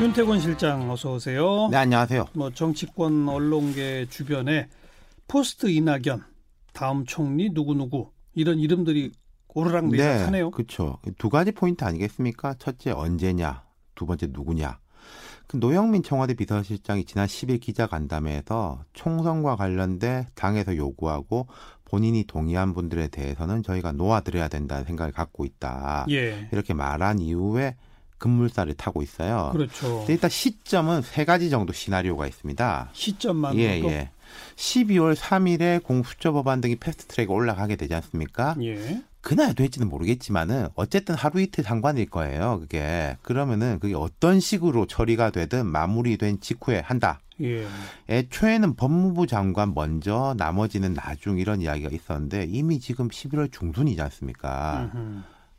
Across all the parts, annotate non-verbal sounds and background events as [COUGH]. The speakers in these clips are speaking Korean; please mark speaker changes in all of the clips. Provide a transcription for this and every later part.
Speaker 1: 윤태곤 실장 어서 오세요.
Speaker 2: 네, 안녕하세요.
Speaker 1: 뭐 정치권 언론계 주변에 포스트 이낙연, 다음 총리 누구누구 이런 이름들이 오르락내리락하네요.
Speaker 2: 그렇죠. 두 가지 포인트 아니겠습니까? 첫째 언제냐, 두 번째 누구냐. 그 노영민 청와대 비서실장이 지난 10일 기자간담회에서 총선과 관련돼 당에서 요구하고 본인이 동의한 분들에 대해서는 저희가 놓아드려야 된다는 생각을 갖고 있다.
Speaker 1: 예.
Speaker 2: 이렇게 말한 이후에 급물살을 타고 있어요.
Speaker 1: 그렇죠.
Speaker 2: 근데 일단 시점은 세 가지 정도 시나리오가 있습니다.
Speaker 1: 시점만
Speaker 2: 예,
Speaker 1: 또-
Speaker 2: 예. 12월 3일에 공수처 법안 등이 패스트 트랙에 올라가게 되지 않습니까?
Speaker 1: 예.
Speaker 2: 그날 될지는 모르겠지만은 어쨌든 하루 이틀 상관일 거예요. 그게 그러면은 그게 어떤 식으로 처리가 되든 마무리된 직후에 한다.
Speaker 1: 예.
Speaker 2: 애초에는 법무부 장관 먼저 나머지는 나중 이런 이야기가 있었는데 이미 지금 11월 중순이지 않습니까?
Speaker 1: 음흠.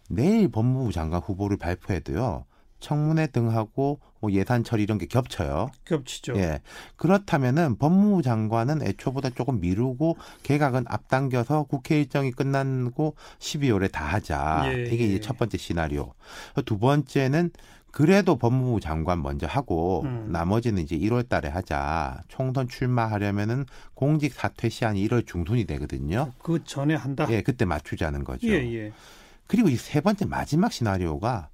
Speaker 2: 내일 법무부 장관 후보를 발표해도요. 청문회 등하고 뭐 예산 처리 이런 게 겹쳐요.
Speaker 1: 겹치죠.
Speaker 2: 예. 그렇다면은 법무부 장관은 애초보다 조금 미루고 개각은 앞당겨서 국회 일정이 끝나고 12월에 다 하자.
Speaker 1: 예,
Speaker 2: 이게
Speaker 1: 예.
Speaker 2: 이제 첫 번째 시나리오. 두 번째는 그래도 법무부 장관 먼저 하고
Speaker 1: 음.
Speaker 2: 나머지는 이제 1월 달에 하자. 총선 출마하려면은 공직 사퇴 시한이 1월 중순이 되거든요.
Speaker 1: 그 전에 한다.
Speaker 2: 예, 그렇죠. 그때 맞추자는 거죠.
Speaker 1: 예, 예.
Speaker 2: 그리고 이 세 번째 마지막 시나리오가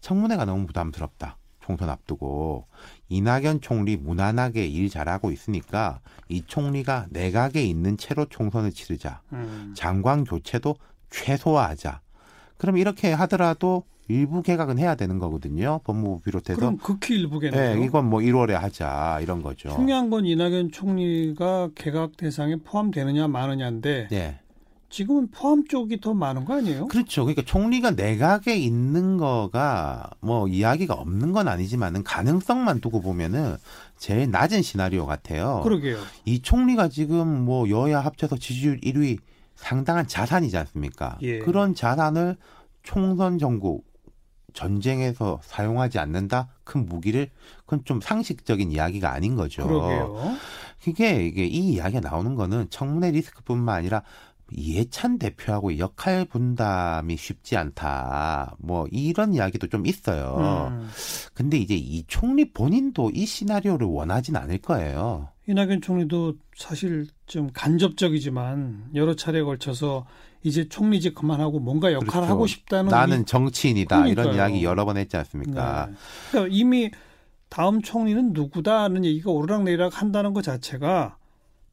Speaker 2: 청문회가 너무 부담스럽다. 총선 앞두고 이낙연 총리 무난하게 일 잘하고 있으니까 이 총리가 내각에 있는 채로 총선을 치르자.
Speaker 1: 음.
Speaker 2: 장관 교체도 최소화하자. 그럼 이렇게 하더라도 일부 개각은 해야 되는 거거든요. 법무부 비롯해서.
Speaker 1: 그럼 뭐 극히
Speaker 2: 네,
Speaker 1: 일부겠네요.
Speaker 2: 이건 뭐 1월에 하자 이런 거죠.
Speaker 1: 중요한 건 이낙연 총리가 개각 대상에 포함되느냐 마느냐인데
Speaker 2: 네.
Speaker 1: 지금은 포함 쪽이 더 많은 거 아니에요?
Speaker 2: 그렇죠. 그러니까 총리가 내각에 있는 거가 뭐 이야기가 없는 건 아니지만은 가능성만 두고 보면은 제일 낮은 시나리오 같아요.
Speaker 1: 그러게요.
Speaker 2: 이 총리가 지금 뭐 여야 합쳐서 지지율 1위 상당한 자산이지 않습니까?
Speaker 1: 예.
Speaker 2: 그런 자산을 총선 정국 전쟁에서 사용하지 않는다 큰 무기를 그건 좀 상식적인 이야기가 아닌 거죠.
Speaker 1: 그러게요.
Speaker 2: 그게 이게 이 이야기가 나오는 거는 청문회 리스크뿐만 아니라 이해찬 대표하고 역할 분담이 쉽지 않다. 뭐 이런 이야기도 좀 있어요.
Speaker 1: 음.
Speaker 2: 근데 이제 이 총리 본인도 이 시나리오를 원하진 않을 거예요.
Speaker 1: 이낙연 총리도 사실 좀 간접적이지만 여러 차례에 걸쳐서 이제 총리직 그만하고 뭔가 역할을
Speaker 2: 그렇죠.
Speaker 1: 하고 싶다는
Speaker 2: 나는 정치인이다 이런
Speaker 1: 그러니까요.
Speaker 2: 이야기 여러 번 했지
Speaker 1: 이미,
Speaker 2: 않습니까?
Speaker 1: 네. 그러니까 이미 다음 총리는 누구다는 얘기가 오르락내리락 한다는 것 자체가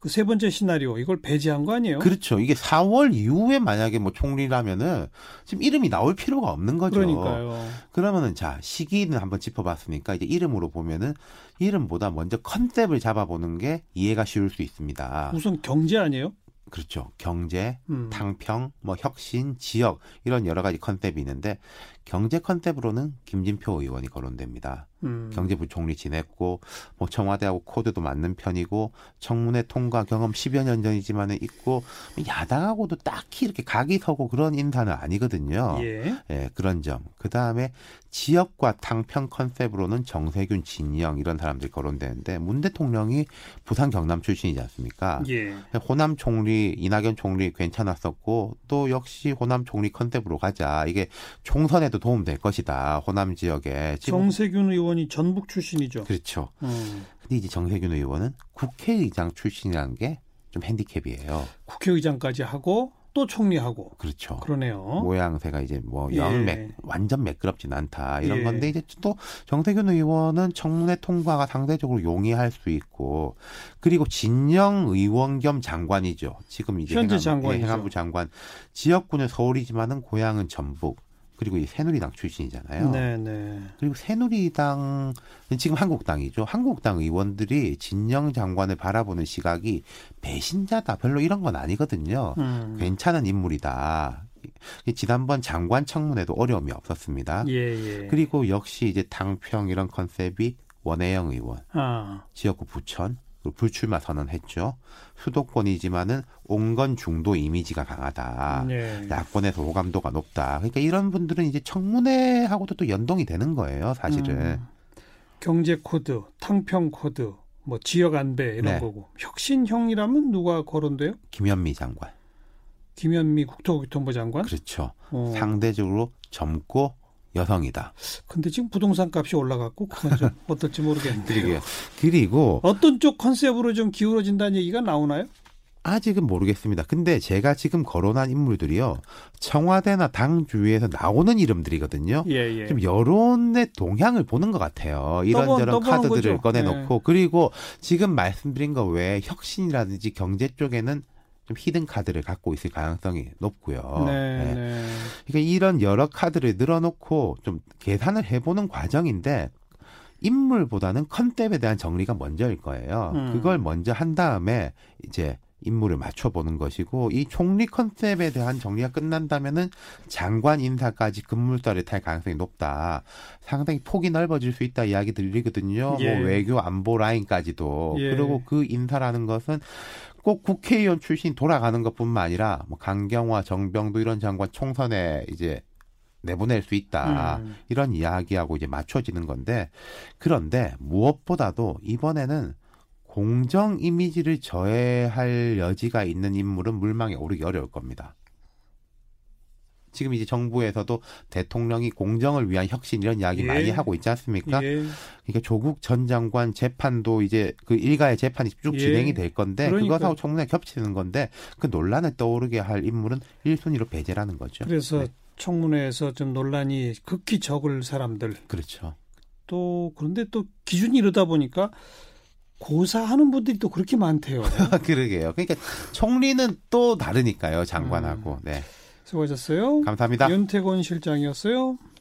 Speaker 1: 그 세 번째 시나리오 이걸 배제한 거 아니에요?
Speaker 2: 그렇죠. 이게 4월 이후에 만약에 뭐 총리라면은 지금 이름이 나올 필요가 없는 거죠.
Speaker 1: 그러니까요.
Speaker 2: 그러면은 자 시기는 한번 짚어봤으니까 이제 이름으로 보면은 이름보다 먼저 컨셉을 잡아보는 게 이해가 쉬울 수 있습니다.
Speaker 1: 우선 경제 아니에요?
Speaker 2: 그렇죠. 경제,
Speaker 1: 음.
Speaker 2: 탕평, 뭐 혁신, 지역 이런 여러 가지 컨셉이 있는데 경제 컨셉으로는 김진표 의원이 거론됩니다.
Speaker 1: 음.
Speaker 2: 경제부총리 지냈고 뭐 청와대하고 코드도 맞는 편이고 청문회 통과 경험 10여 년 전이지만은 있고 야당하고도 딱히 이렇게 각이 서고 그런 인사는 아니거든요.
Speaker 1: 예.
Speaker 2: 예, 그런 점. 그 다음에 지역과 탕평 컨셉으로는 정세균, 진영 이런 사람들 거론되는데 문 대통령이 부산 경남 출신이지 않습니까?
Speaker 1: 예.
Speaker 2: 호남 총리, 이낙연 총리 괜찮았었고 또 역시 호남 총리 컨셉으로 가자. 이게 총선에도 도움될 것이다. 호남 지역에. 지금
Speaker 1: 정세균 의원이 전북 출신이죠.
Speaker 2: 그렇죠.
Speaker 1: 음.
Speaker 2: 근데 이제 정세균 의원은 국회의장 출신이라는 게 좀 핸디캡이에요.
Speaker 1: 국회의장까지 하고 또 총리하고
Speaker 2: 그렇죠.
Speaker 1: 그러네요.
Speaker 2: 모양새가 이제
Speaker 1: 어?
Speaker 2: 뭐
Speaker 1: 예.
Speaker 2: 영맥 완전 매끄럽진 않다 이런
Speaker 1: 예.
Speaker 2: 건데 이제 또 정세균 의원은 청문회 통과가 상대적으로 용이할 수 있고 그리고 진영 의원 겸 장관이죠 지금 이제
Speaker 1: 현재
Speaker 2: 행안-
Speaker 1: 장관이죠.
Speaker 2: 예, 행안부 장관 지역구는 서울이지만은 고향은 전북 그리고 이 새누리당 출신이잖아요.
Speaker 1: 네, 네.
Speaker 2: 그리고 새누리당은 지금 한국당이죠. 한국당 의원들이 진영 장관을 바라보는 시각이 배신자다 별로 이런 건 아니거든요.
Speaker 1: 음.
Speaker 2: 괜찮은 인물이다. 이 지난번 장관 청문회도 어려움이 없었습니다.
Speaker 1: 예, 예.
Speaker 2: 그리고 역시 이제 당평 이런 컨셉이 원혜영 의원,
Speaker 1: 아,
Speaker 2: 지역구 부천, 그리고 불출마 선언했죠. 수도권이지만은 온건 중도 이미지가 강하다.
Speaker 1: 예.
Speaker 2: 야권에서 호감도가 높다. 그러니까 이런 분들은 이제 청문회하고도 또 연동이 되는 거예요, 사실은.
Speaker 1: 음. 경제 코드, 탕평 코드, 뭐 지역 안배 이런
Speaker 2: 네.
Speaker 1: 거고. 혁신형이라면 누가 거론돼요?
Speaker 2: 김현미 장관.
Speaker 1: 김현미 국토교통부 장관?
Speaker 2: 그렇죠.
Speaker 1: 어,
Speaker 2: 상대적으로 젊고 여성이다.
Speaker 1: 근데 지금 부동산 값이 올라갔고 그건
Speaker 2: [LAUGHS]
Speaker 1: 좀 어떨지 모르겠는데.
Speaker 2: 그리고 그리고
Speaker 1: 어떤 쪽 컨셉으로 좀 기울어진다는 얘기가 나오나요?
Speaker 2: 아직은 모르겠습니다. 근데 제가 지금 거론한 인물들이요. 청와대나 당 주위에서 나오는 이름들이거든요.
Speaker 1: 예, 예.
Speaker 2: 어? 좀 여론의 동향을 보는 것 같아요.
Speaker 1: 떠보-
Speaker 2: 이런저런
Speaker 1: 떠보는
Speaker 2: 카드들을
Speaker 1: 거죠. 네.
Speaker 2: 꺼내놓고 그리고 지금 말씀드린 것 외에 혁신이라든지 경제 쪽에는 좀 히든 카드를 갖고 있을 가능성이 높고요.
Speaker 1: 네,
Speaker 2: 네.
Speaker 1: 네.
Speaker 2: 그러니까 이런 여러 카드를 늘어놓고 좀 계산을 해보는 과정인데 인물보다는 컨셉에 대한 정리가 먼저일 거예요.
Speaker 1: 음.
Speaker 2: 그걸 먼저 한 다음에 이제 인물을 맞춰보는 것이고 이 총리 컨셉에 대한 정리가 끝난다면은 장관 인사까지 급물살을 탈 가능성이 높다. 상당히 폭이 넓어질 수 있다 이야기 들리거든요.
Speaker 1: 예.
Speaker 2: 뭐 외교 안보 라인까지도
Speaker 1: 예.
Speaker 2: 그리고 그 인사라는 것은 꼭 국회의원 출신 돌아가는 것뿐만 아니라 뭐 강경화, 정병도 이런 장관 총선에 이제 내보낼 수 있다.
Speaker 1: 음.
Speaker 2: 이런 이야기하고 이제 맞춰지는 건데 그런데 무엇보다도 이번에는 공정 이미지를 저해할 여지가 있는 인물은 물망에 오르기 어려울 겁니다. 지금 이제 정부에서도 대통령이 공정을 위한 혁신 이런 이야기
Speaker 1: 예.
Speaker 2: 많이 하고 있지 않습니까?
Speaker 1: 예.
Speaker 2: 그러니까 조국 전 장관 재판도 이제 그 일가의 재판이 쭉
Speaker 1: 예.
Speaker 2: 진행이 될 건데 그
Speaker 1: 그러니까요.
Speaker 2: 것하고 총리가 겹치는 건데 그 논란을 떠오르게 할 인물은 일순위로 배제라는 거죠.
Speaker 1: 그래서
Speaker 2: 네,
Speaker 1: 청문회에서 좀 논란이 극히 적을 사람들
Speaker 2: 그렇죠. [LAUGHS]
Speaker 1: 또 그런데 또 기준이 이러다 보니까 고사하는 분들이 또 그렇게 많대요.
Speaker 2: 그러게요. 그러니까 총리는
Speaker 1: 음.
Speaker 2: 또 다르니까요, 장관하고. 네.
Speaker 1: 수고하셨어요.
Speaker 2: 감사합니다.
Speaker 1: 윤태곤 실장이었어요.